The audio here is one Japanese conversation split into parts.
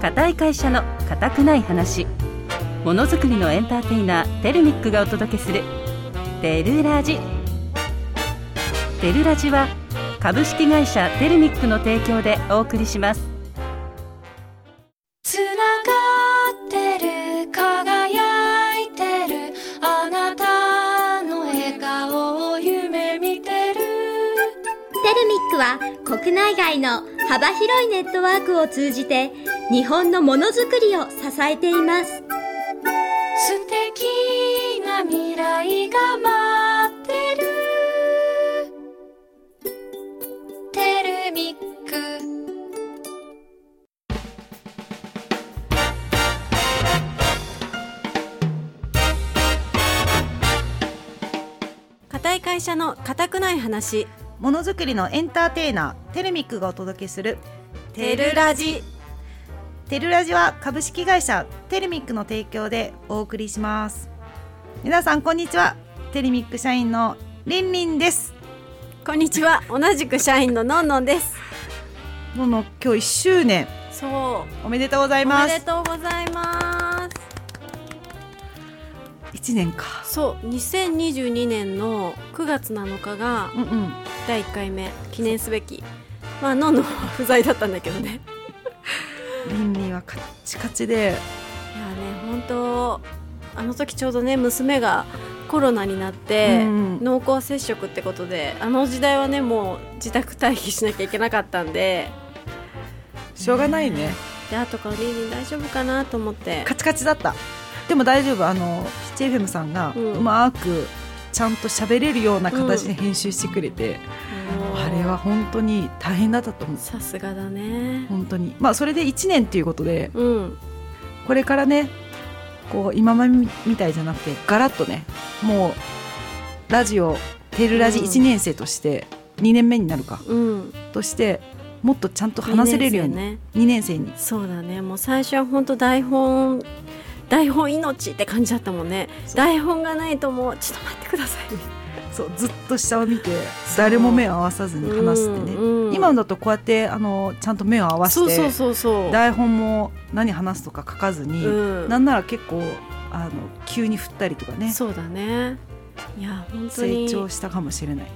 固い会社の固くない話ものづくりのエンターテイナーテルミックがお届けする「テルラジ」テルラジは株式会社テルミックの提供でお送りしますつながってる輝いてるあなたの笑顔を夢見てるテルミックは国内外の幅広いネットワークを通じて日本のものづくりを支えています素敵な未来が待ってるテルミック固い会社の固くない話ものづくりのエンターテイナーテルミックがお届けするテルラジテルラジは株式会社テルミックの提供でお送りします皆さんこんにちはテルミック社員のりんりんですこんにちは同じく社員ののんのんですのの今日1周年そおめでとうございうおまめですとうございます1年かそう2022年の9月7日がうんうん第1回目記念すべきまあのんのんは不在だったんだけどねりんりんはカッチカチでいやね本当あの時ちょうどね娘がコロナになって、うんうん濃厚接触ってことであの時代はねもう自宅待機しなきゃいけなかったんでしょうがないねであとからリンリン大丈夫かなと思ってカチカチだったでも大丈夫あのシチ FM さんがうんうまくちゃんと喋れるような形で編集してくれて、もうあれは本当に大変だったと思うさすがだね本当にまあそれで1年ということでうんこれからねこう今までみたいじゃなくてガラッとねもうラジオテルラジうん1年生として、2年目になるかうんとしてもっとちゃんと話せれるように2年ね生にそうだねもう最初は本当台本台本命って感じだったもんね台本がないともうちょっと待ってくださいそうずっと下を見て誰も目を合わさずに話すってね、うんうん今のだとこうやってあのちゃんと目を合わせてそうそうそうそう台本も何話すとか書かずに、うんなんなら結構あの急に振ったりとかねそうだねいや本当成に長したかもしれない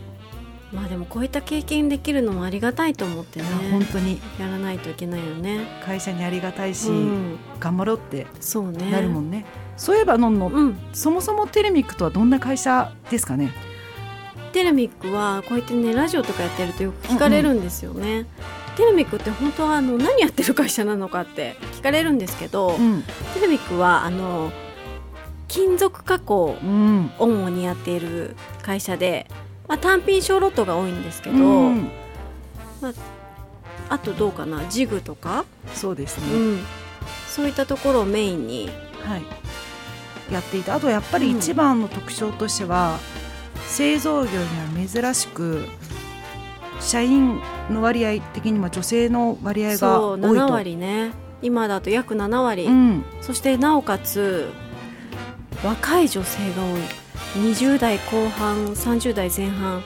まあでもこういった経験できるのもありがたいと思ってねいや本当にやらないといけないよね、会社にありがたいし、うん、頑張ろうってそうねなるもんね、そういえばのんの、うんそもそもテレミックとはどんな会社ですかねテレミックはこうやってねラジオとかやってるとよく聞かれるんですよね、テレミックって本当はあの何やってる会社なのかって聞かれるんですけど、ん、テレミックはあの金属加工うんを主にやっている会社で、まあ、単品小ロットが多いんですけど、うんあとどうかなジグとか、そうですうね、ん、そういったところをメインにはいやっていてあとやっぱりうん一番の特徴としては、製造業には珍しく社員の割合的には女性の割合がそ多ういと7割ね今だと約7割、うん、そしてなおかつ若い女性が多い20代後半30代前半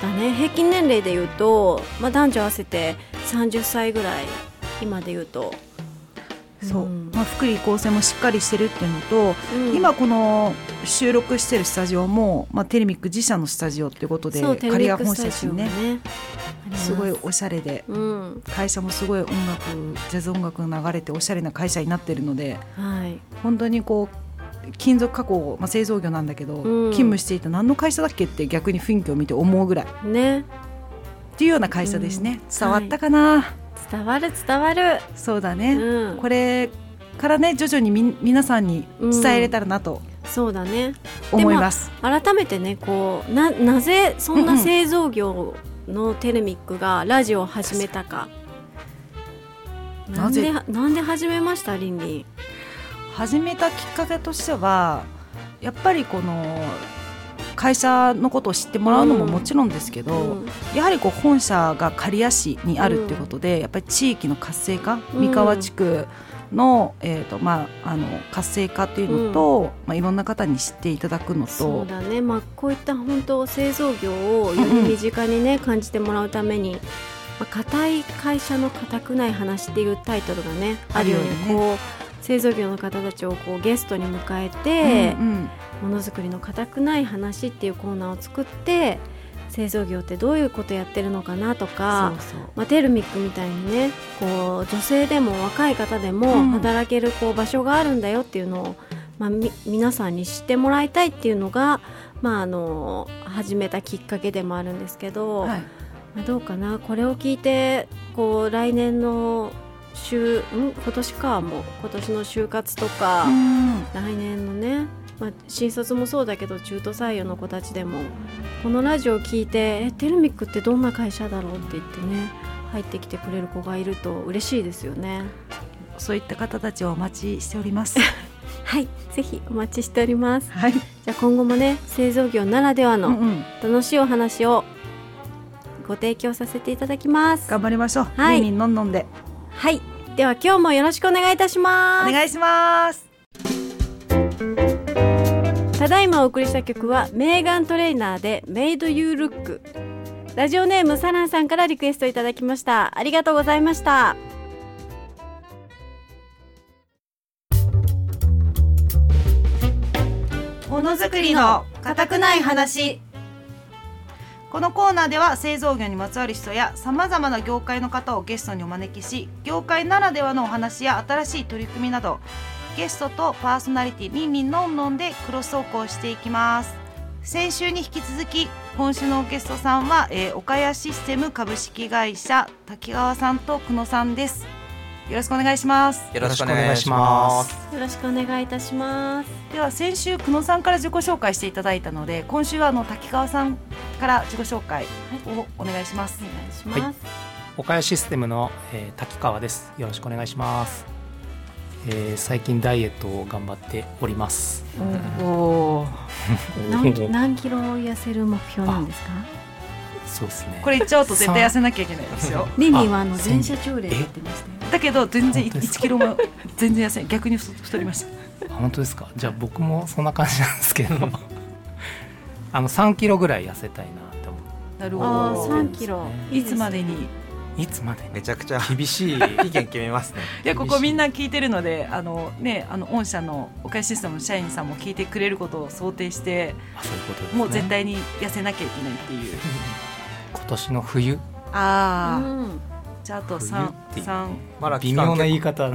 だね平均年齢でいうと、まあ、男女合わせて30歳ぐらい今でいうと、そう、うんまあ、福利厚生もしっかりしてるっていうのと、うん今この収録してるスタジオも、まあ、テレミック自社のスタジオっていうことでそうテレ仮ビッがク本ス社タですジオよがねねありますすごいおしゃれでうん会社もすごい音楽ジャズ音楽が流れておしゃれな会社になってるのではい、本当にこう金属加工、まあ、製造業なんだけど、勤務していた何の会社だっけって逆に雰囲気を見て思うぐらいっねていうような会社ですね、うん伝わったかな、伝わる伝わる、そうだね、うん、これからね徐々にみ皆さんに伝えれたらなとそうだね思います、改めてねこうななぜそんうんなうん製造業のテレミックがラジオを始めたか。なんでなんで始めましたリンリン。始めたきっかけとしてはやっぱりこの会社のことを知ってもらうのももちろんですけど、うんやはりこう本社が刈谷市にあるっていうことで、やっぱり地域の活性化うん三河地区の,、えーとまあ、あの活性化っていうのと、まあ、いろんな方に知っていただくのそうとだね、まあ、こういった本当製造業をより身近にね、感じてもらうためにまあ固い会社の固くない話っていうタイトルがねああるよるよううににねこう製造業の方たちをこうゲストに迎えてうんうんものづくりの固くない話っていうコーナーを作って製造業ってどういうことやってるのかなとかそうそうまあ、テルミックみたいにねこう女性でも若い方でうもん働けるこう場所があるんだよっていうのを、まあ、み皆さんに知ってもらいたいっていうのが、まあ、あの始めたきっかけでもあるんですけど、はい、まあ、どうかなこれを聞いてこう来年の週ん今年かもう今年の就活とか、うん来年のね、まあ、新卒もそうだけど中途採用の子たちでもこのラジオを聞いて「えテルミックってどんな会社だろう?」って言ってね入ってきてくれる子がいると嬉しいですよねそういった方たちをお待ちしておりますはいぜひお待ちしておりますはい、じゃあ今後もね製造業ならではうんのうん、楽しいお話をご提供させていただきます頑張りましょう、はいリンリンのんのんではいでは今日もよろしくお願いいたしおます願いしますただいまお送りした曲はメーガントレイナーで「Made You Look」ラジオネームサランさんからリクエストいただきましたありがとうございましたものづくりの固くない話このコーナーでは製造業にまつわる人やさまざまな業界の方をゲストにお招きし業界ならではのお話や新しい取り組みなどゲストとパーソナリティリンリンのんのんでクロス走行していきます先週に引き続き今週のゲストさんは、えー、岡谷システム株式会社滝川さんと久野さんですよろしくお願いしますよろしくお願いします。よろしくお願いいたしますでは先週久野さんから自己紹介していただいたので今週はあの滝川さんから自己紹介をお願いします、お願いします、は岡谷システムの、えー滝川です。よろしくお願いします。えー最近ダイエットを頑張っております。おお何 キ何キロ痩せる目標なんですかそうですね。これ言っちゃうと絶対痩せなきゃいけないですよリンリンはあのあ全社朝礼やってましたよ だけど全然本当ですか1キロも全然痩せない逆に太太りましたあ本当ですか。じゃあ僕もそんな感じなんです けど、あの3キロぐらい痩せたいなって思っなるほあどー3キロいつまでにいて。いつまでにめちゃくちゃ厳しい。期限決めますね。やここみんな聞いてるのであのねあの御社のお返しシステムの社員さんも聞いてくれることを想定してあそういうことですね。もう絶対に痩せなきゃいけないっていう今年の冬。ああうんじゃああと冬っていう33まだ微期間妙結構な言い方。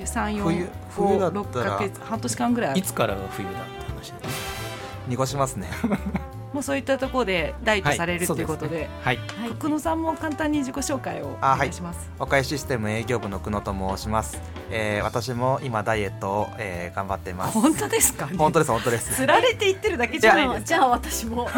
34冬冬だったらヶ月半年間ぐらいあるいつからが冬だって話ですね。濁しますね。 もうそういったところでダイエットされると、はいいうことでそですねはい。はい久野さんも簡単に自己紹介をおあはい願いします、お返しシステム営業部の久野と申します。えー私も今ダイエットを、えー頑張ってます。本当ですか本当です本当ですつ。られて言ってるだけじゃないですじゃあ私も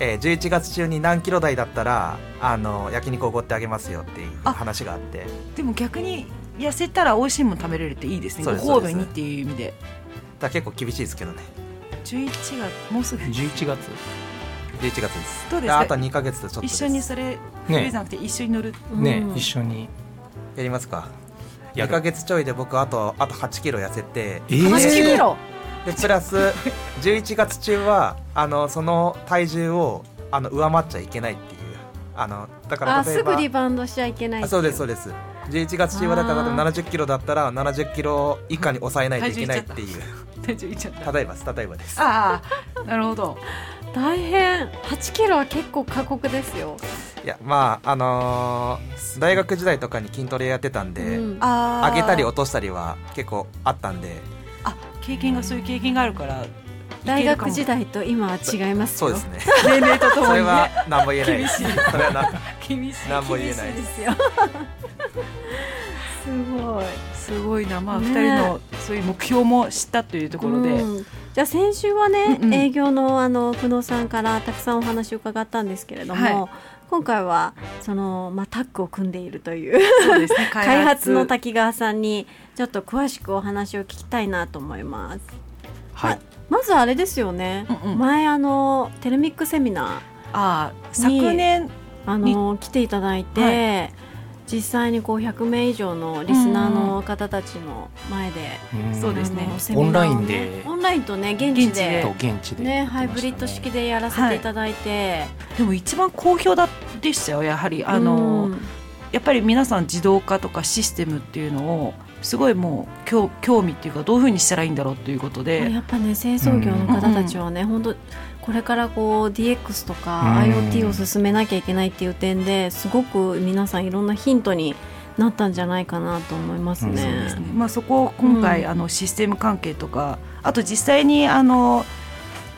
えー11月中に何キロ台だったらあの焼肉をおごってあげますよっていう話があって、でも逆に痩せたら美味しいもの食べれるっていいですねそうですご褒美にっていう意味でだから結構厳しいですけどね。 11月もうすぐ11月。 11月です。どうですかあと2ヶ月ちょっとで一す。緒にそれね冬じゃなくて一緒に乗るね、うん一緒にやりますか。や2るヶ月ちょいで僕あとあと8キロ痩せてえー8キロでプラス11月中はあのその体重をあの上回っちゃいけないっていうあのだからあ例えすばぐリバウンドしちゃいけないあそうですそうです11月中はだからあー7 0キロだったら7 0キロ以下に抑えないといけないっていう体重いっちゃった例えばです例えばですああなるほど大変8キロは結構過酷ですよ、いやまああのー大学時代とかに筋トレやってたんで、うんああ上げたり落としたりは結構あったんであ経験がそういう経験があるから大学時代代と今は違いますそうよですね年齢とと そもれにはね何も言えないです厳しいそれはな厳しい何も言えないでですすよすごいすごいな、まあ、ね二人のそういう目標も知ったというところで、うんじゃあ先週はね、うんうん営業のあの久能さんからたくさんお話を伺ったんですけれども、は今回はその、まあ、タッグを組んでいるというそうです ね、開発の滝川さんにちょっと詳しくお話を聞きたいなと思いますはいまずあれですよね、うんうん前あのテルミックセミナああ昨年ーあの来ていただいて、は実際にこう100名以上のリスナーの方たちの前で、んそうですねあのセミナーをねオンラインでオンラインとね現地現地ででと現地でやってましたね、ハイブリッド式でやらせていただいて、でも一番好評だでしたよやはりあの、うんやっぱり皆さん自動化とかシステムっていうのをすごいもう興興味っていうかどういうふうにしたらいいんだろうっていうことで、やっぱね製造業の方たちはね、本当これからこう DX とかうん IoT を進めなきゃいけないっていう点ですごく皆さんいろんなヒントになったんじゃないかなと思いますね。うんそうですねまあ、そこを今回、うんあのシステム関係とかあと実際にあの、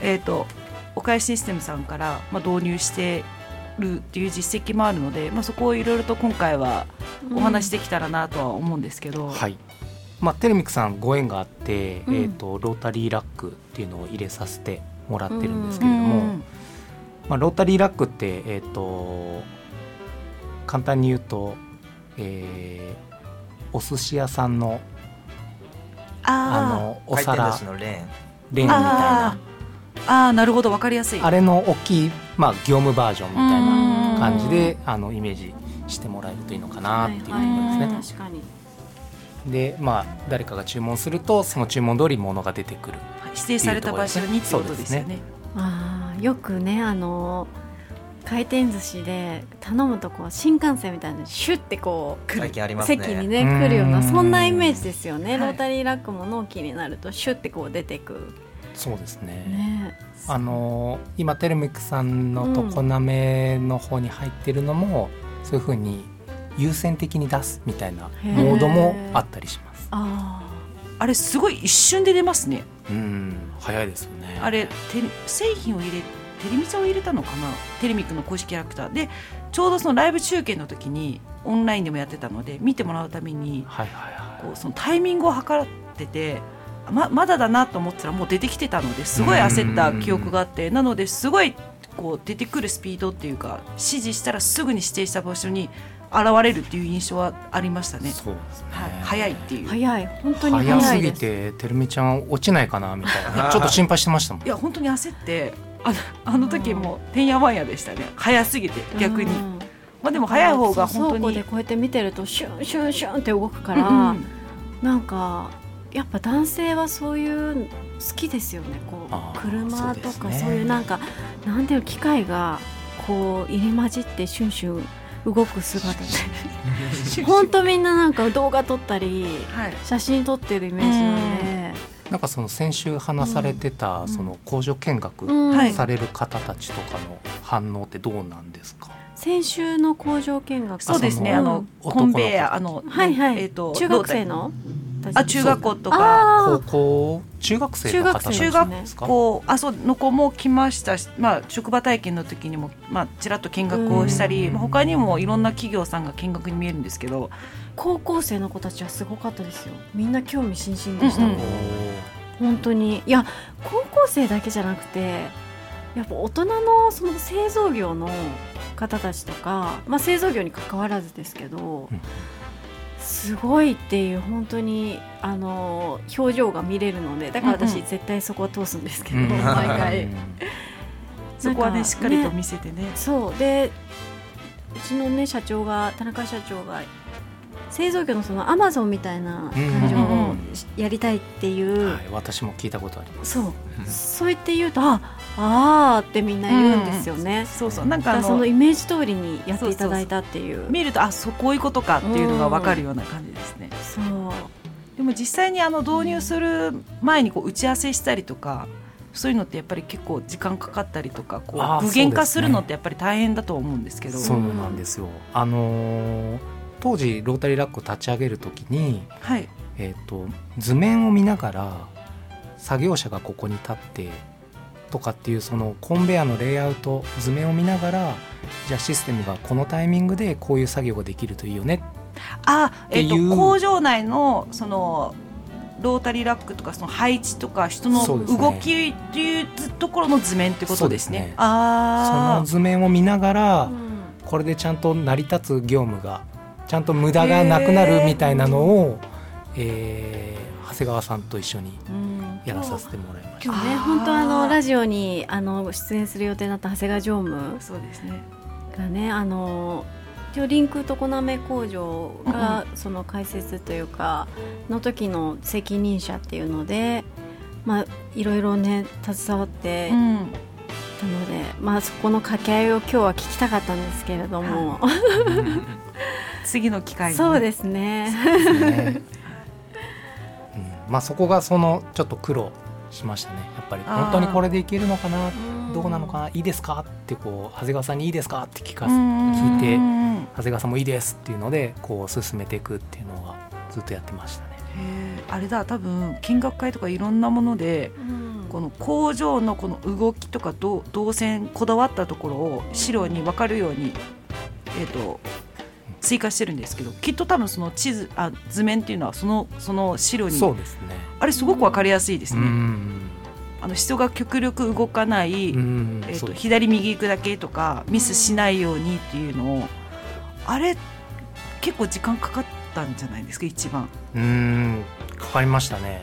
えー、とおかえシステムさんから、まあ、導入してるっていう実績もあるので、まあ、そこをいろいろと今回はうんお話しできたらなとは思うんですけど、はい。まあ、テルミックさんご縁があって、うんえっ、とロータリーラックっていうのを入れさせてもらってるんですうけれどんも、まあロータリーラックってえっ、と簡単に言うと、えーお寿司屋さんのああのお回転寿皿司のレーレンーンみたいーなあーあーなるほどわかりやすいあれの大きいまあ業務バージョンみたいなな感じであのイメージしてもらえるといいのかなっていうところはですいね。はい確かにでまあ誰かが注文するとその注文通り物が出てくる。指定された場所にってことですよそうですね。あーよくねあの回転寿司で頼むとこう新幹線みたいにシュッてこう来最る近ありますね席にねうん来るようなそんなイメージですよね、はいロータリーラックも納期になるとシュッてこう出てくそうですね。ねあのー今テルミックさんの常滑の方に入ってるのも、そういうふうに優先的に出すみたいなへーモードもあったりします。ああれすごい一瞬で出ますね。うん早いですよね。あれて製品を入れテレミちゃんを入れたのかなテレミックの公式キャラクターでちょうどそのライブ中継の時にオンラインでもやってたので見てもらうためにはいはいはい。こうそのタイミングを計っててままだだなと思ってたらもう出てきてたのですごい焦った記憶があってなのですごいこう出てくるスピードっていうか指示したらすぐに指定した場所に現れるっていう印象はありましたね。そうですね。はい、早いっていーう、早い本当に早い早ですすぎててるみちゃん落ちないかなみたい なちょっと心配してましたもんい。や本当に焦ってあのあの時もうてんやわんやでしたね早すぎて逆に、うんまあでも早い方がそう本当に倉庫でこうやって見てるとシュンシュンシュンって動くかうら、んうんなんかやっぱ男性はそういう好きですよねこあうー車とそうかですねそういうなんかなんていうの機械がこう入り混じってシュンシュン動く姿 で本当みんななんか動画撮ったりはい写真撮ってるイメージなんで、なんかその先週話されてた、んその工場見学うんはいされる方たちとかの反応ってどうなんですか。先週の工場見学そうですねんあのコンベヤーあのはいはい、えっと中学生のあ中学校とかあ高ー校中学生の方たち中なん学生ですか。こうあそうの子も来ましたし、まあ、職場体験の時にも、まあ、ちらっと見学をしたり、うんまあ、他にもいろんな企業さんが見学に見えるんですけど高校生の子たちはすごかったですよみんな興味津々でした、うんうんおー本当にいや高校生だけじゃなくてやっぱ大人のその製造業の方たちとか、まあ、製造業に関わらずですけど、うんすごいっていう本当にあの表情が見れるのでだからうん私うん絶対そこは通すんですけど、うん毎回うん。そこはなねんかしっかりと見せてねそうでうちのね社長が田中社長が製造業のそのアマゾンみたいな感じうんうんをうんやりたいっていう、はい、私も聞いたことあります。そううんそう言って言うとああーってみんな言うんですよね、そうそうなんかだかあらそののイメージ通りにやっていただいたっていう見るとあそうこういうことかっていうのが分かるような感じですね。そうでも実際にあの導入する前にこう打ち合わせしたりとかそういうのってやっぱり結構時間かかったりとかこあーう具現化するのってやっぱり大変だと思うんですけどそうなんですよ。あのー当時ロータリーラックを立ち上げるときに、はいえっ、と図面を見ながら作業者がここに立ってとかっていうそのコンベアのレイアウト図面を見ながら。じゃあシステムがこのタイミングでこういう作業ができるといいよねあ、えっっていうと工場内のそのロータリーラックとかその配置とか人のそうですね動きっていうところの図面ってことですね。そうですねそあのあ図面を見ながら、うんこれでちゃんと成り立つ業務がちゃんと無駄がなくなるみたいなのを、えー長谷川さんと一緒にうんやらさせてもらいまし今日ねあー本当あのラジオにあの出演する予定だった長谷川常務そうですね。がねあの一応リンク常滑工場がその開設というかの時の責任者っていうのでまあいろいろね携わってうんなので、まあ、そこの掛け合いを今日は聞きたかったんですけれども、次の機会に そうですね。 ねうん、まあそこがそのちょっと苦労しましたねやっぱりあー本当にこれでいけるのかなどうなのかな。ないいですかってこう長谷川さんに「いいですか?」って聞かうすん聞いて長谷川さんも「いいです」っていうのでこう進めていくっていうのはずっとやってましたね。へーあれだ多分見学会とかいろんなものでうんこの工場のこの動きとかどう動線こだわったところを資料に分かるように、えー、と追加してるんですけどきっと多分その地図あ図面っていうのはそのその資料にそうですね。あれすごく分かりやすいですうね。ん、あの人が極力動かない、うん、えー、そとうです左右行くだけとかミスしないようにっていうのをあれ結構時間かかったんじゃないですか一番。うんかかりましたね。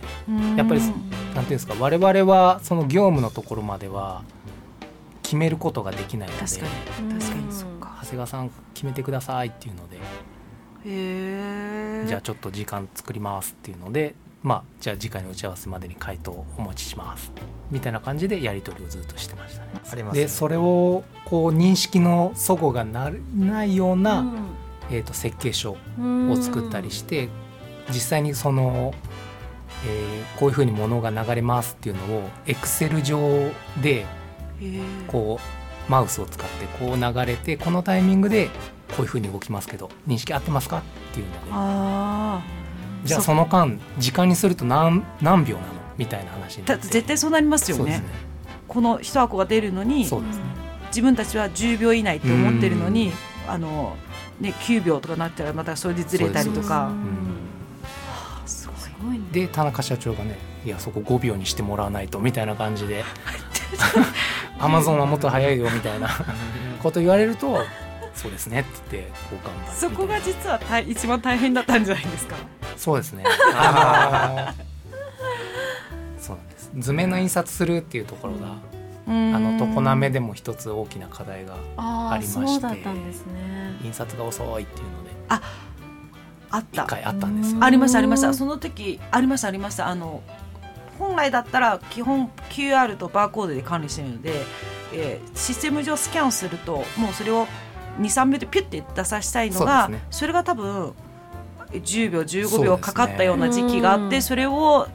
やっぱりうんなんていうんですか我々はその業務のところまでは決めることができないので確かうにん確かにそっか長谷川さん決めてくださいっていうのでへえじゃあちょっと時間作りますっていうのでまあじゃあ次回の打ち合わせまでに回答をお持ちしますみたいな感じでやり取りをずっとしてましたね。ありますねでそれをこう認識の齟齬がなないような、えー、と設計書うんを作ったりして実際にその、えーこういうふうに物が流れますっていうのをエクセル上でへえこうマウスを使ってこう流れてこのタイミングでこういうふうに動きますけど認識合ってますかっていうのであじゃあそその間時間にすると何何秒なのみたいな話にあなっだて絶対そうなりますよそうですねねこの一箱が出るのにそうですね自分たちは10秒以内って思ってるのにあの、ね、9秒とかなったらまたそれでずれたりとうかんすごいすごいね。で田中社長がねいやそこ5秒にしてもらわないとみたいな感じ で「アマゾンはもっと早いよ」みたいなこと言われると「そうですね」って言ってこう頑張るそこが実は大一番大変だったんじゃないですかそうですね。あのそうなんです。図面の印刷するっていうところが、ああの常滑でも一つ大きな課題がああありましてそうだったんですね。印刷が遅いっていうのであった一回あったんですよ。ありましたありましたその時ありましたありましたあの本来だったら基本 QR とバーコードで管理してるので、えーシステム上スキャンするともうそれを23秒でピュッて出させたいのがそそ,、うですねれが多分10秒そ15うです秒ねかかったような時期があってそ,、うんれを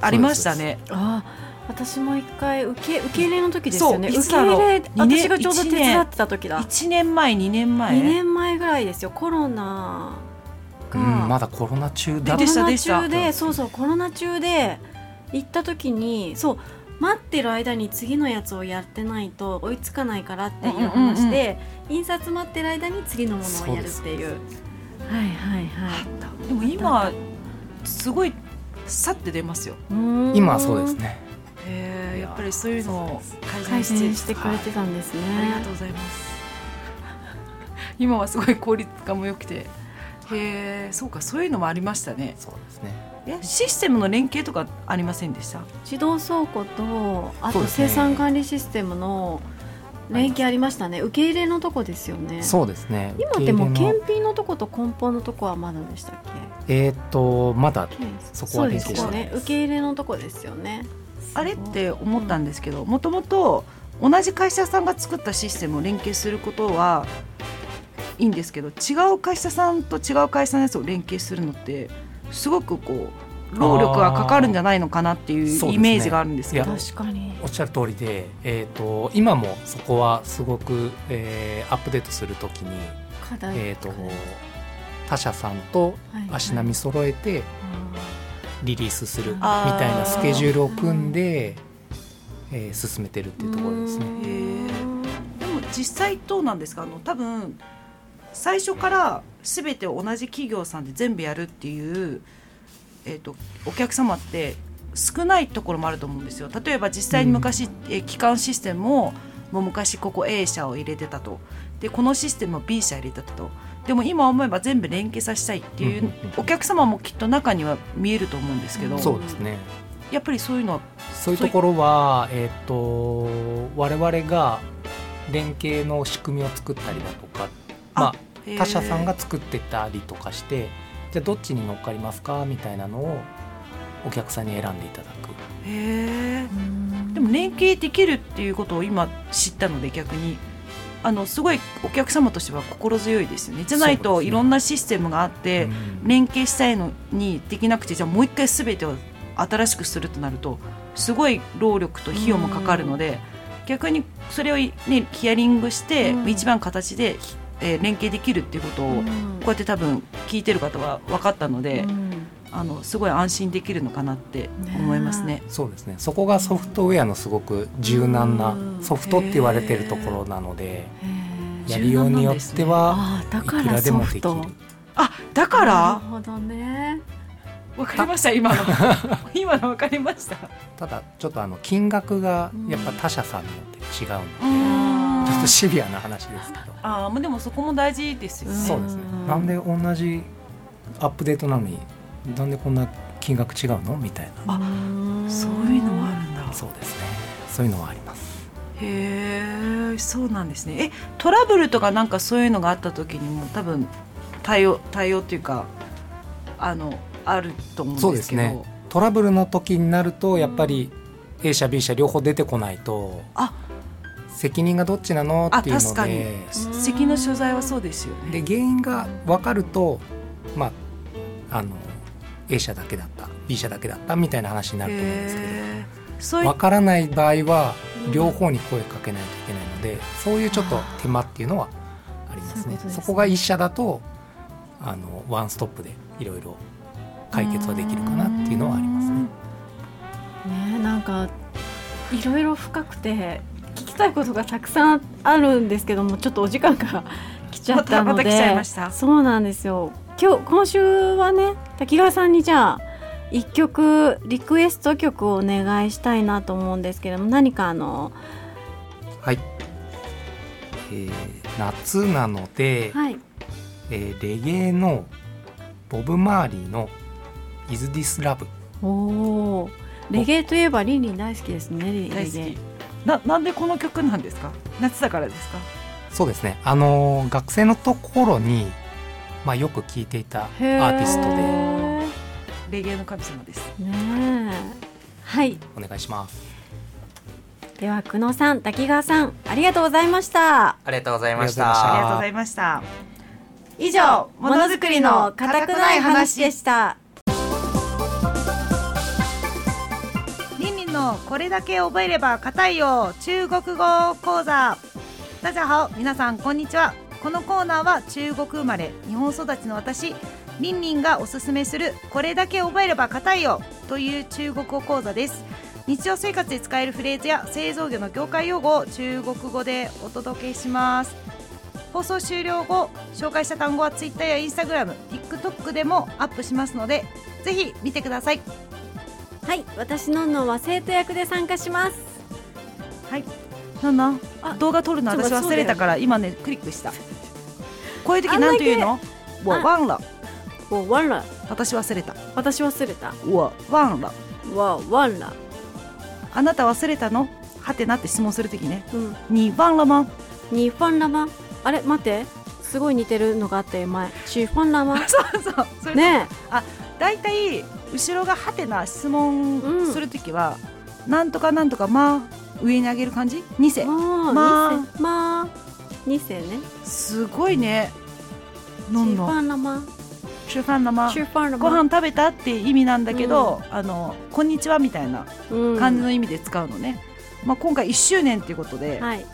ありましたねああ私も一回受け受け入れの時ですよねそうい受つけだろう入れ二年私がちょうど手伝ってた時だ1年前2年前2年前ぐらいですよコロナうが、ん、まだコロナ中だコでロしたナでした中でそうそうコロナ中で行った時にそう待ってる間に次のやつをやってないと追いつかないからっていう話で、印刷待ってる間に次のものをやるっていうはいはいはいでも今すごいさって出ますようーん今はそうですね。へいーやーやっぱりそういうのを改善改して善してくれてたんですね、ありがとうございます。 今はすごい効率化も良くて。へえ、そうか、そういうのもありましたね。そうですね。え、システムの連携とかありませんでした。自動倉庫とあそうとですね生産管理システムの連携ありましたね受け入れのとこですよねそうですね。今でも受け入れ検の品のとこと梱包のとこはまだでしたっけえーっとまだ検そこは連携してそうないですよね受け入れのとこですよねあれって思ったんですけど、もともと同じ会社さんが作ったシステムを連携することは。いいんですけど、違う会社さんと違う会社のやつを連携するのって、すごくこう。労力がかかるんじゃないのかなってあいーそううですねイメージがあるんですけど。いや確かにおっしゃる通りで、えーっと今もそこはすごく、えーアップデートするときに、課題えーっと他社さんと足並み揃えてリリースするみあーたいなスケジュールを組んで、えー進めてるっていうところですね。へーでも実際どうなんですかあの多分最初から全て同じ企業さんで全部やるっていう、えー、とお客様って少ないところもあると思うんですよ。例えば実際に昔、えー機関システムをもう昔ここ A 社を入れてたとでこのシステムを B 社入れてたとでも今思えば全部連携させたいっていうんううんうんお客様もきっと中には見えると思うんですけど、んそうですね。やっぱりそういうのはそういうところはえっ、と我々が連携の仕組みを作ったりだとか、まあへー他社さんが作ってたりとかして、じゃあどっちに乗っかりますかみたいなのをお客さんに選んでいただくへえでも連携できるっていうことを今知ったので逆にあのすごいお客様としては心強いですよねじゃないそうとですねいろんなシステムがあって、うん連携したいのにできなくてじゃあもう一回全てを新しくするとなるとすごい労力と費用もかかるので、逆にそれを、ね、ヒアリングして、うん一番形で、えー連携できるっていうことを、こうやって多分聞いてる方は分かったので、あのすごい安心できるのかなって思いますね。そうですねそこがソフトウェアのすごく柔軟なうんソフトって言われてるところなのでへーやりようによってはああだいかくららでソもフできるトあだかなるらほどね分かりました 今の今の分かりました。ただちょっとあの金額がやっぱ他社さんによって違うので、んちょっとシビアな話ですけどあーまあでもそこも大事ですよね。そうですねうんなんで同じアップデートなのになんでこんな金額違うのみたいなあそういうのもあるんだ。そうですねそういうのはありますへえそうなんですねえトラブルとかなんかそういうのがあった時にも多分対応対応っていうかあのあると思そうんうでですすけどねトラブルの時になるとやっぱり A 社 B 社両方出てこないとあ責任がどっちなのっていうあ確のかにで席の所在はそうですよでね原因が分かるとまああの A 社だけだった B 社だけだったみたいな話になると思うんですけどへーそうい分からない場合は両方に声かけないといけないのでそういうちょっと手間っていうのはありますそういうねことそですねこが一社だとあのワンストップでいろいろ解決はできるかなっていうのはありますねねなんかいろいろ深くて聞きたいことがたくさんあるんですけどもちょっとお時間が来ちゃったのまたまたで来ちゃいましたそうなんですよ今日今週はね滝川さんにじゃあ一曲リクエスト曲をお願いしたいなと思うんですけども何かあのはい、えー夏なので、はいえーレゲエのボブ・マーリーの「Is This Love おおレゲエといえばリンリン大好きですねレ大レゲ好エきななんでこの曲なんですか夏だからですか」そうですねあのー学生のところに、まあ、よく聴いていたアへーーティストでレゲエの神様ですねえはいお願いします。では久野さん滝川さんありがとうございましたありがとうございましたありがとうございましたありがとうございました以上上ものづくりの固固くない話でししたりんりんのこれだけ覚えれば硬いよ中国語講座大家好皆さんこんにちはこのコーナーは中国生まれ日本育ちの私りんりんがおすすめするこれだけ覚えれば硬いよという中国語講座です日常生活で使えるフレーズや製造業の業界用語を中国語でお届けします放送終了後紹介した単語は Twitter や InstagramTikTok でもアップしますのでぜひ見てくださいはい私のんのんは生徒役で参加しますはい。なんなんあ動画撮るのそう私だ忘れたから、今ねクリックした。こういう時あんだなんけというの？わあワンラ。わワンラ私忘れた。私忘れたわワンラ。わワンラあなた忘れたの？はてなって質問する時ね。うんにワンラマン。にファンラマあれ待ってすごい似てるのがあったよ前シファンラマ そうそう。それね。ねだいたい後ろがはてな質問んする時は、なんとかなんとかまあ上に上げる感じ？二え世。もうまあ二世まあ二世ねすごいね。シのんフのァンラマシュファンラマンシ。ファンラごマ飯食べたって意味なんだけど、あのこんにちはみたいな。うん感じの意味で使うのね、まあ、今回1周年っていうことで、はい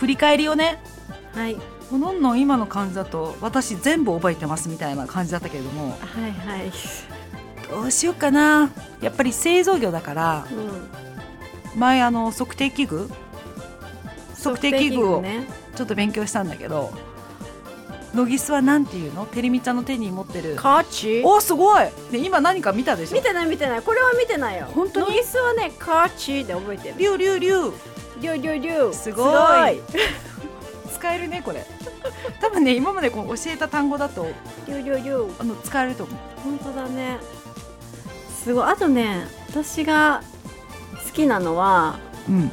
振り返りをねはいほのんの今の感じだと私全部覚えてますみたいな感じだったけれどもはいはいどうしようかなやっぱり製造業だからうん前あの測定器具測定器具をねちょっと勉強したんだけどノギスはなんていうのてりみちゃんの手に持ってるカチおすごい、ね、今何か見たでしょ見てない見てないこれは見てないよ本当にノギスはねカーチーで覚えてるりゅうりゅうりゅうりゅうりゅうりゅうすごい 使えるねこれ多分ね今までこう教えた単語だとりゅうりゅうりゅうあの使えると思う本当だねすごいあとね私が好きなのはうん、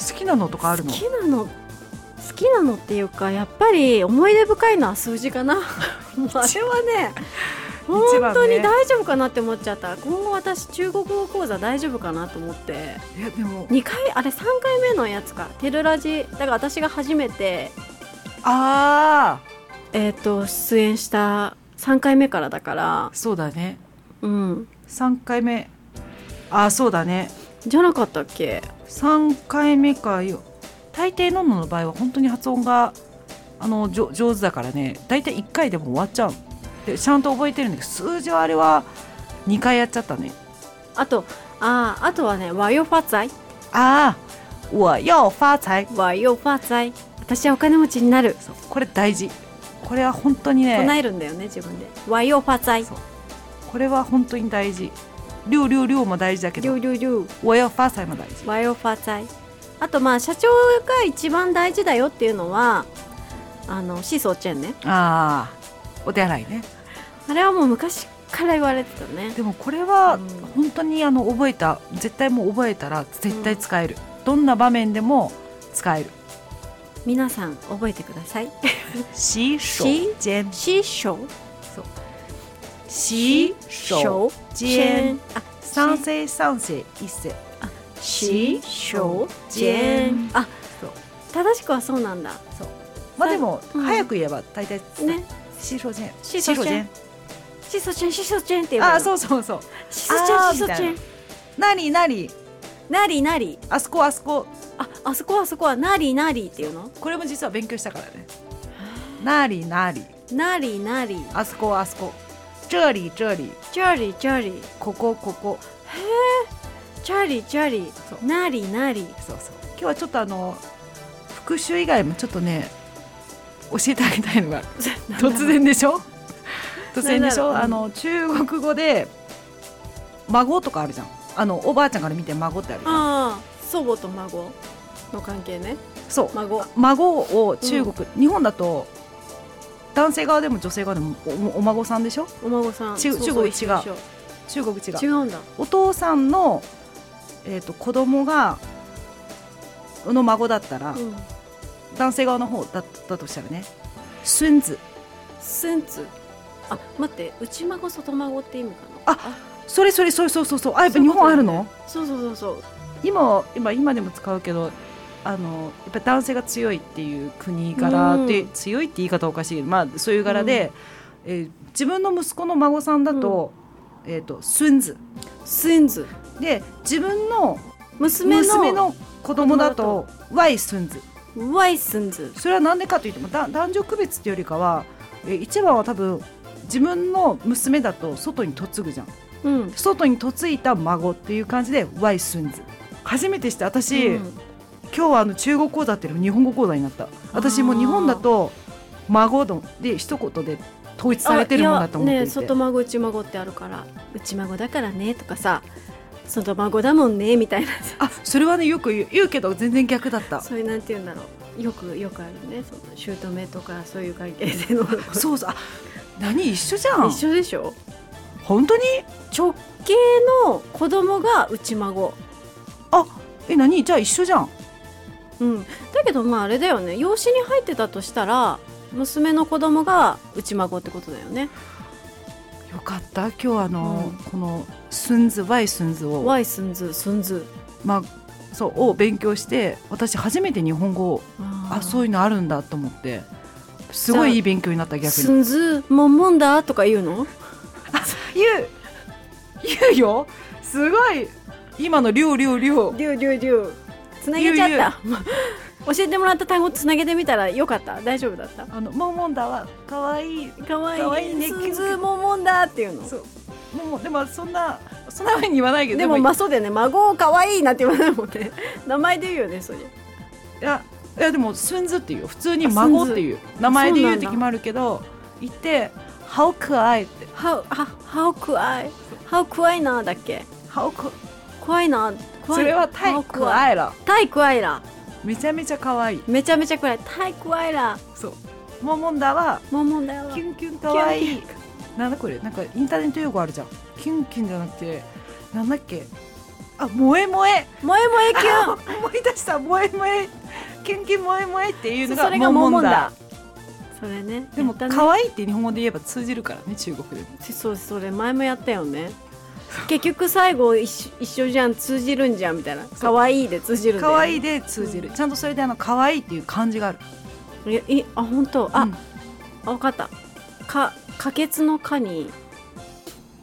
好きなのとかある好のきなの好きな のっていうかやっぱり思い出深いのは数字かなもうあれはね本一番当にね大丈夫かなって思っちゃった今後私中国語講座大丈夫かなと思っていやでも2回あれ3回目のやつかテルラジだから私が初めてああえっ、と出演した3回目からだからそうだねうん三回目ああそうだねじゃなかったっけ三回目かよ大抵のんのの場合は本当に発音があのじょ上手だからね大体一回でも終わっちゃうでちゃんと覚えてるんだけど数字はあれは二回やっちゃったねあとあーあとはね和洋ファツァイああ我要发财和洋ファツァイ私はお金持ちになるそうこれ大事これは本当に唱ねえるんだよね自分で和洋ファツァイそうこれは本当に大事りょうりょうりょうも大事だけりゅどうりゅうりゅう我要发财も大事和洋ファツァイあとまあ社長が一番大事だよっていうのはあのシーソーチェンねああお手洗いねあれはもう昔から言われてたねでもこれはうん本当にあの覚えた絶対もう覚えたら絶対使える、どんな場面でも使える皆さん覚えてください「洗手洗間シーショー」 「洗手間」あ「三世三世一世シーショージェンあそう正しくはそうなんだ」まあでもうん早く言えば大体ね「洗手間」「洗手間間シーソーチェンシーソーチェンって」言えばあいあいそのうそうそうシーソーチェあーンシーソーチェン「なになになりなりあそこあそこああそこはそこはなりなりっていうの」これも実は勉強したからね「なになになりなりあそこあそこ」「这里这里チャリチャリここここ」チャリチャリそうなりなりそうそう今日はちょっとあの復習以外もちょっとね教えてあげたいの が突然でしょ突然でしょなあんだの中国語で孫とかあるじゃんあのおばあちゃんから見て孫ってあるじゃんああ祖母と孫の関係ねそう孫孫を中国、日本だと男性側でも女性側でもおおお孫さんでしょお孫さんちゅそうそ中う国違う一緒一緒中国違う違うんだお父さんの、えー、と子供がの孫だったら、うん男性側の方だったとしたらね孫子スンツあ待って内孫外孫って意味かなあそれそれそれそうそうそうあやっぱそうい日うこと本あるのそうそうそうそう今今今でも使うけどあのやっぱ男性が強いっていう国柄うんで、強いって言い方おかしいけどまあそういう柄で、えー自分の息子の孫さんだと、えっ、と孫子スンズで自分の娘の娘の子供だとワイ孫子ワイスンズそれは何でかというともだ男女区別っていうよりかは、えー一番は多分自分の娘だと外に嫁ぐじゃんうん外に嫁いた孫っていう感じで Y スンズ初めてして私、うん今日はあの中国講座っていうの日本語講座になった私もう日本だと孫ので一言で統一されてるもんだと思っあいやていねて、外孫内孫ってあるから内孫だからねとかさ外孫だもんねみたいなさあそれはねよく言う言うけど全然逆だったそういうなんて言うんだろうよくよくあるねその姑とかそういう関係性のそうそうあ何一緒じゃん一緒でしょ本当に直系の子供が内孫あえ何じゃあ一緒じゃんうんだけどまああれだよね養子に入ってたとしたら娘の子供が内孫ってことだよねよかった今日あの、うんこのスンズ Y スンズを、ワイスンズスンズまあ、そうを勉強して私初めて日本語をああそういいうのあるんだと思ってすごいいい勉強になった逆スにンズもんもんだとか言うの言う言うよすごい今のりょうりょうりょうりゅうりゅうりゅうつなげちゃった教えてもらった単語つなげてみたらよかった大丈夫だったあのモンモンだは可愛いかわいいかわいいねスンズもんもんだっていうのそうもうもうでもそんなそんなふうに言わないけどでもいまあそうだよね孫をかわいいなんて言わないもんね名前で言うよねそれやいやでもスンズっていうよ普通に孫っていう名前で言うそうなんだ時もあるけど言って「ハオクアイ」って「ハウハハウクアイ」「ハウクアイナ」だっけ「ハオク怖いな怖そいれはタイクアイラタイクアイラ」めちゃめちゃ可愛いめちゃめちゃ怖い「タイクアイラそうモンモンだは」もんもんだよキュンキュンかわいいなんだこれなんかインターネット用語あるじゃんキュンキュンじゃなくてなんだっけあ萌え萌え萌え萌えキュンあ思い出した萌え萌えキュンキュン萌え萌えっていうのそがれがもんもんだそれねでもやったね可愛いって日本語で言えば通じるからね中国でもそうそれ前もやったよね結局最後一緒一緒じゃん通じるんじゃんみたいな可愛いで通じるんだよ可愛いいで通じる、ちゃんとそれであの可愛いっていう漢字があるええあ本当あ、うんあ分かったか可決のかに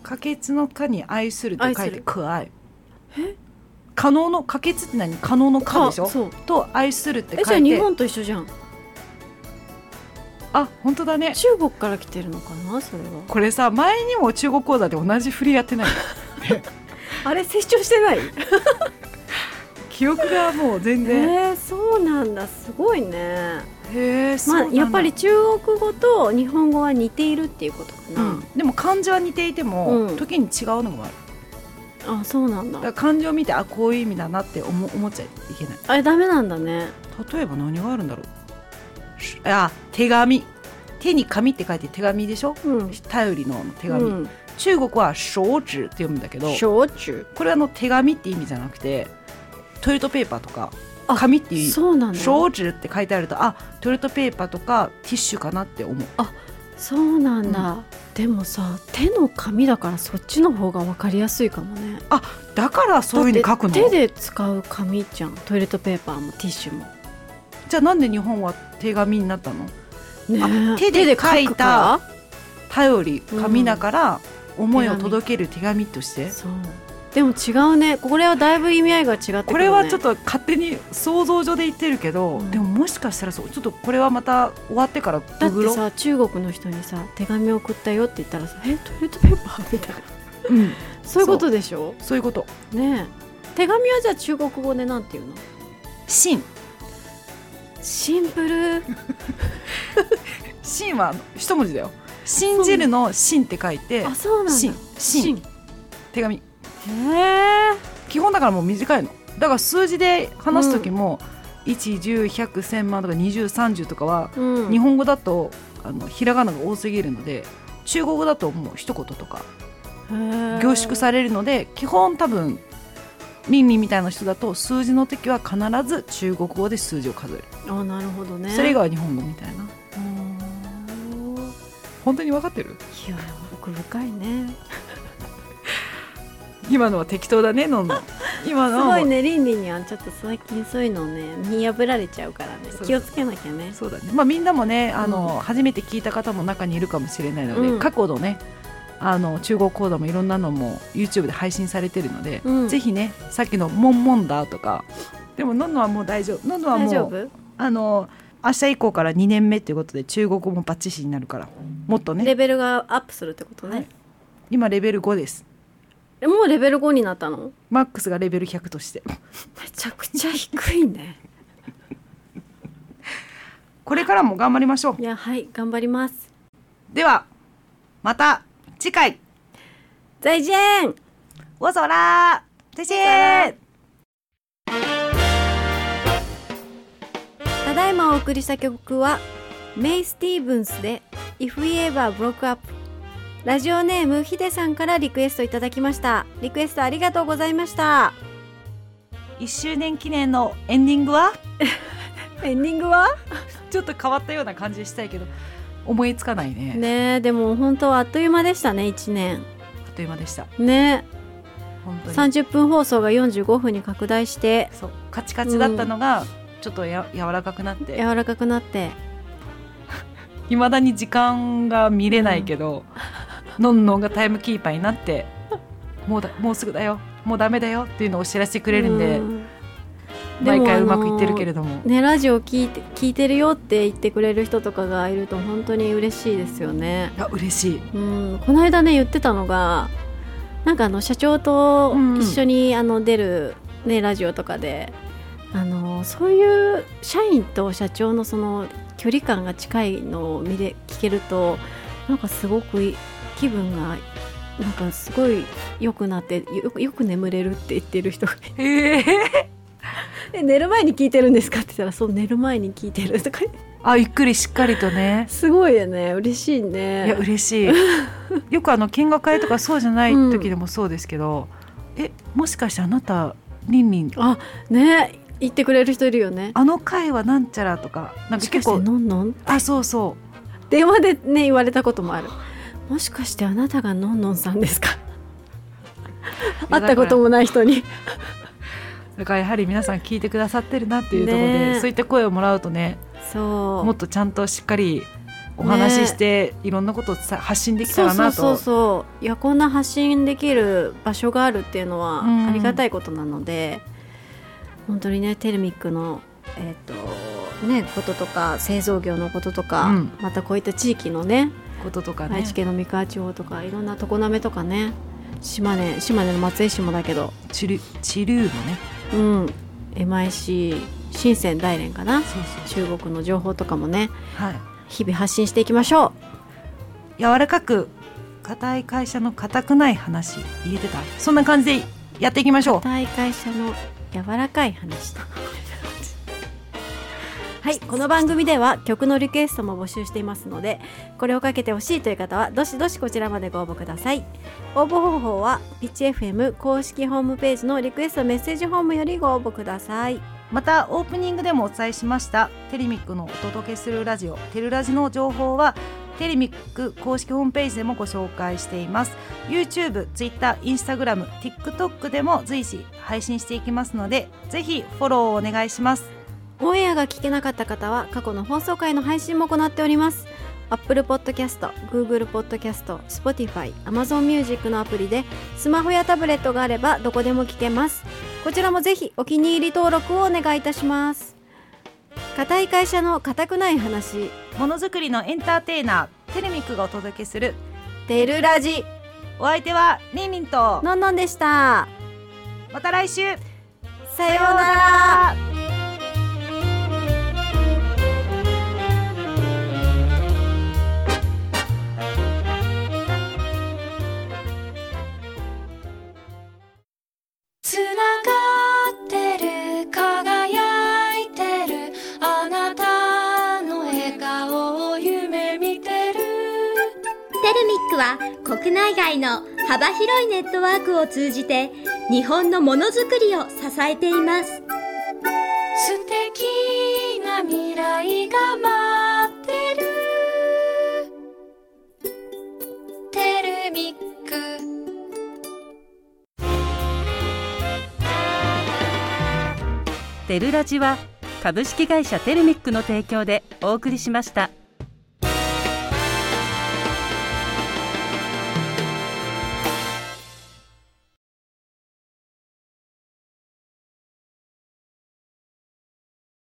可決の可に愛するって書い愛すてる可愛いえ可能の可決って何可能の可でしょそうと愛するって書えいじゃてあ日本と一緒じゃんあ本当だね中国から来てるのかなそれはこれさ前にも中国講座で同じ振りや ってないあれ成長してない記憶がもう全え然、ー、そうなんだすごいねへえそうまあなんだやっぱり中国語と日本語は似ているっていうことかうな、ん、でも漢字は似ていても、うん時に違うのもあるあそうなんだだから漢字を見てあこういう意味だなって思思っちゃいけないあれダメなんだね例えば何があるんだろうしあ手紙手に紙って書いて手紙でしょうん頼りの手紙、うん中国は「小紙」って読むんだけど焼酎これはあの手紙って意味じゃなくてトイレットペーパーとかあ紙っていう意味そうなんだ小紙って書いてあるとあトイレットペーパーとかティッシュかなって思うそうなんだ、でもさ手の紙だからそっちの方が分かりやすいかもねだからそういうふうに書くのだって手で使う紙じゃんトイレットペーパーもティッシュもじゃあなんで日本は手紙になったのねあ手で書いた頼り紙だから思いを手紙届ける手紙として、らそうでも違うねこれはだいぶ意味合いが違ってくる、ね、これはちょっと勝手に想像上で言ってるけど、うんでももしかしたらそうちょっとこれはまた終わってからだググってろうさ中国の人にさ手紙送ったよって言ったらさ「えトイレットペーパー?」みたいなうん、 そういうことでしょそういうことねえ手紙はじゃあ中国語でなんて言うの「芯シンプル」 「芯は一文字だよ「信じる」の「信」って書いてあそ「うなん信だ」 「信」手紙へえ基本だからもう短いのだから数字で話す時も、1101001001000万とか2030とかは、うん日本語だとあのひらがなが多すぎるので中国語だともう一言とかへえ凝縮されるので基本多分ミンミンみたいな人だと数字の時は必ず中国語で数字を数える、あなるほどねそれ以外は日本語みたいなうーん本当に分かってるいや奥深いね今のは適当だねのんの今すのはもうごいね倫理にはちょっと最近そういうのね見破られちゃうからねそうそう気をつけなきゃねそうだねまあみんなもねあの、う初めて聞いた方も中にいるかもしれないので、うん過去のねあの中国講座もいろんなのも YouTube で配信されてるので、うんぜひねさっきの「モンモンだ」とかでものんのはもう大丈夫のんのは大も丈う夫あの明日以降から2年目ということで中国語もバッチシになるからもっとレねベルがアップするってことね、今レベル5ですえもうレベル5になったのマックスがレベル100としてめちゃくちゃ低いね これからも頑張りましょういやはい頑張りますではまた次回在ンおぞらージェただいまお送りした曲はメイ・スティーブンスで「If We Ever Broke Up」ラジオネームヒデさんからリクエストいただきましたリクエストありがとうございました1周年記念のエンディング はエンディングはちょっと変わったような感じしたいけど思いつかないねねえでも本当あっという間でしたね1年あっという間でしたね本当に30分放送が45分に拡大してそうカチカチだったのが、ちょっとや柔らかくなって柔らかくなっていまだに時間が見れないけど、のんのんがタイムキーパーになってもうだもうすぐだよもうダメだよっていうのを知らせてくれるんで、うん毎回でうもあまのくいってるけれどもねラジオ聞いて聞いてるよって言ってくれる人とかがいると本当に嬉しいですよねいや嬉しいうんこの間ね言ってたのがなんかあの社長とうん一緒にあの出る、ね、ラジオとかであのそういう社員と社長のその距離感が近いのを見れ聞けるとなんかすごくい気分がなんかすごい良くなってよよく眠れるって言ってる人がいてええ え寝る前に聞いてるんですか?」って言ったら「そう寝る前に聞いてる」とか言ってあゆっくりしっかりとねすごいよね嬉しいいやね嬉しい よくあの見学会とかそうじゃない時でもそうですけど、えもしかしてあなたりんりんね言ってくれる人いるよねあの回はなんちゃらとかなんかもし結かして構のんのんあそうそう電話でね言われたこともあるもしかしてあなたがのんのんさんですか会ったこともない人にだからやはり皆さん聞いてくださってるなっていうところで、ねえそういった声をもらうとねそうもっとちゃんとしっかりお話しして、いろんなことをさ発信できたらなとそうそうそうそういやこんな発信できる場所があるっていうのはうんありがたいことなので、本当にねテルミックのえっ、とねこととか製造業のこととか、うんまたこういった地域のねこととかね愛知県の三河地方とかいろんな常滑とかね島根島根の松江市もだけどチルチルーもねうん MIC 深セン大連かなそうそ中国の情報とかもねうはい日々発信していきましょ柔らかく硬い会社の硬くない話言えてたそんな感じでやっていきましょう大会社の柔らかい話だ はいこの番組では曲のリクエストも募集していますのでこれをかけてほしいという方はどしどしこちらまでご応募ください応募方法はピッチ FM 公式ホームページのリクエストメッセージフォームよりご応募くださいうまたオープニングでもお伝えしましたテレミックのお届けするラジオテルラジの情報はテレミック公式ホームページでもご紹介しています YouTube、Twitter、Instagram、TikTok でも随時配信していきますのでぜひフォローをお願いしますオンエアが聞けなかった方は過去の放送回の配信も行っております。Apple Podcast、Google Podcast、Spotify、Amazon Music のアプリでスマホやタブレットがあればどこでも聞けます。こちらもぜひお気に入り登録をお願いいたします。固い会社の固くない話、ものづくりのエンターテイナーテレミックがお届けするてるラジ、お相手はリンリンとのんのんでした。また来週さようなら。つながってる輝いてるあなたの笑顔を夢見てるテルミックは国内外の幅広いネットワークを通じて日本のものづくりを支えています素敵な未来が待ってるテルミックテルラジは株式会社テルミックの提供でお送りしました。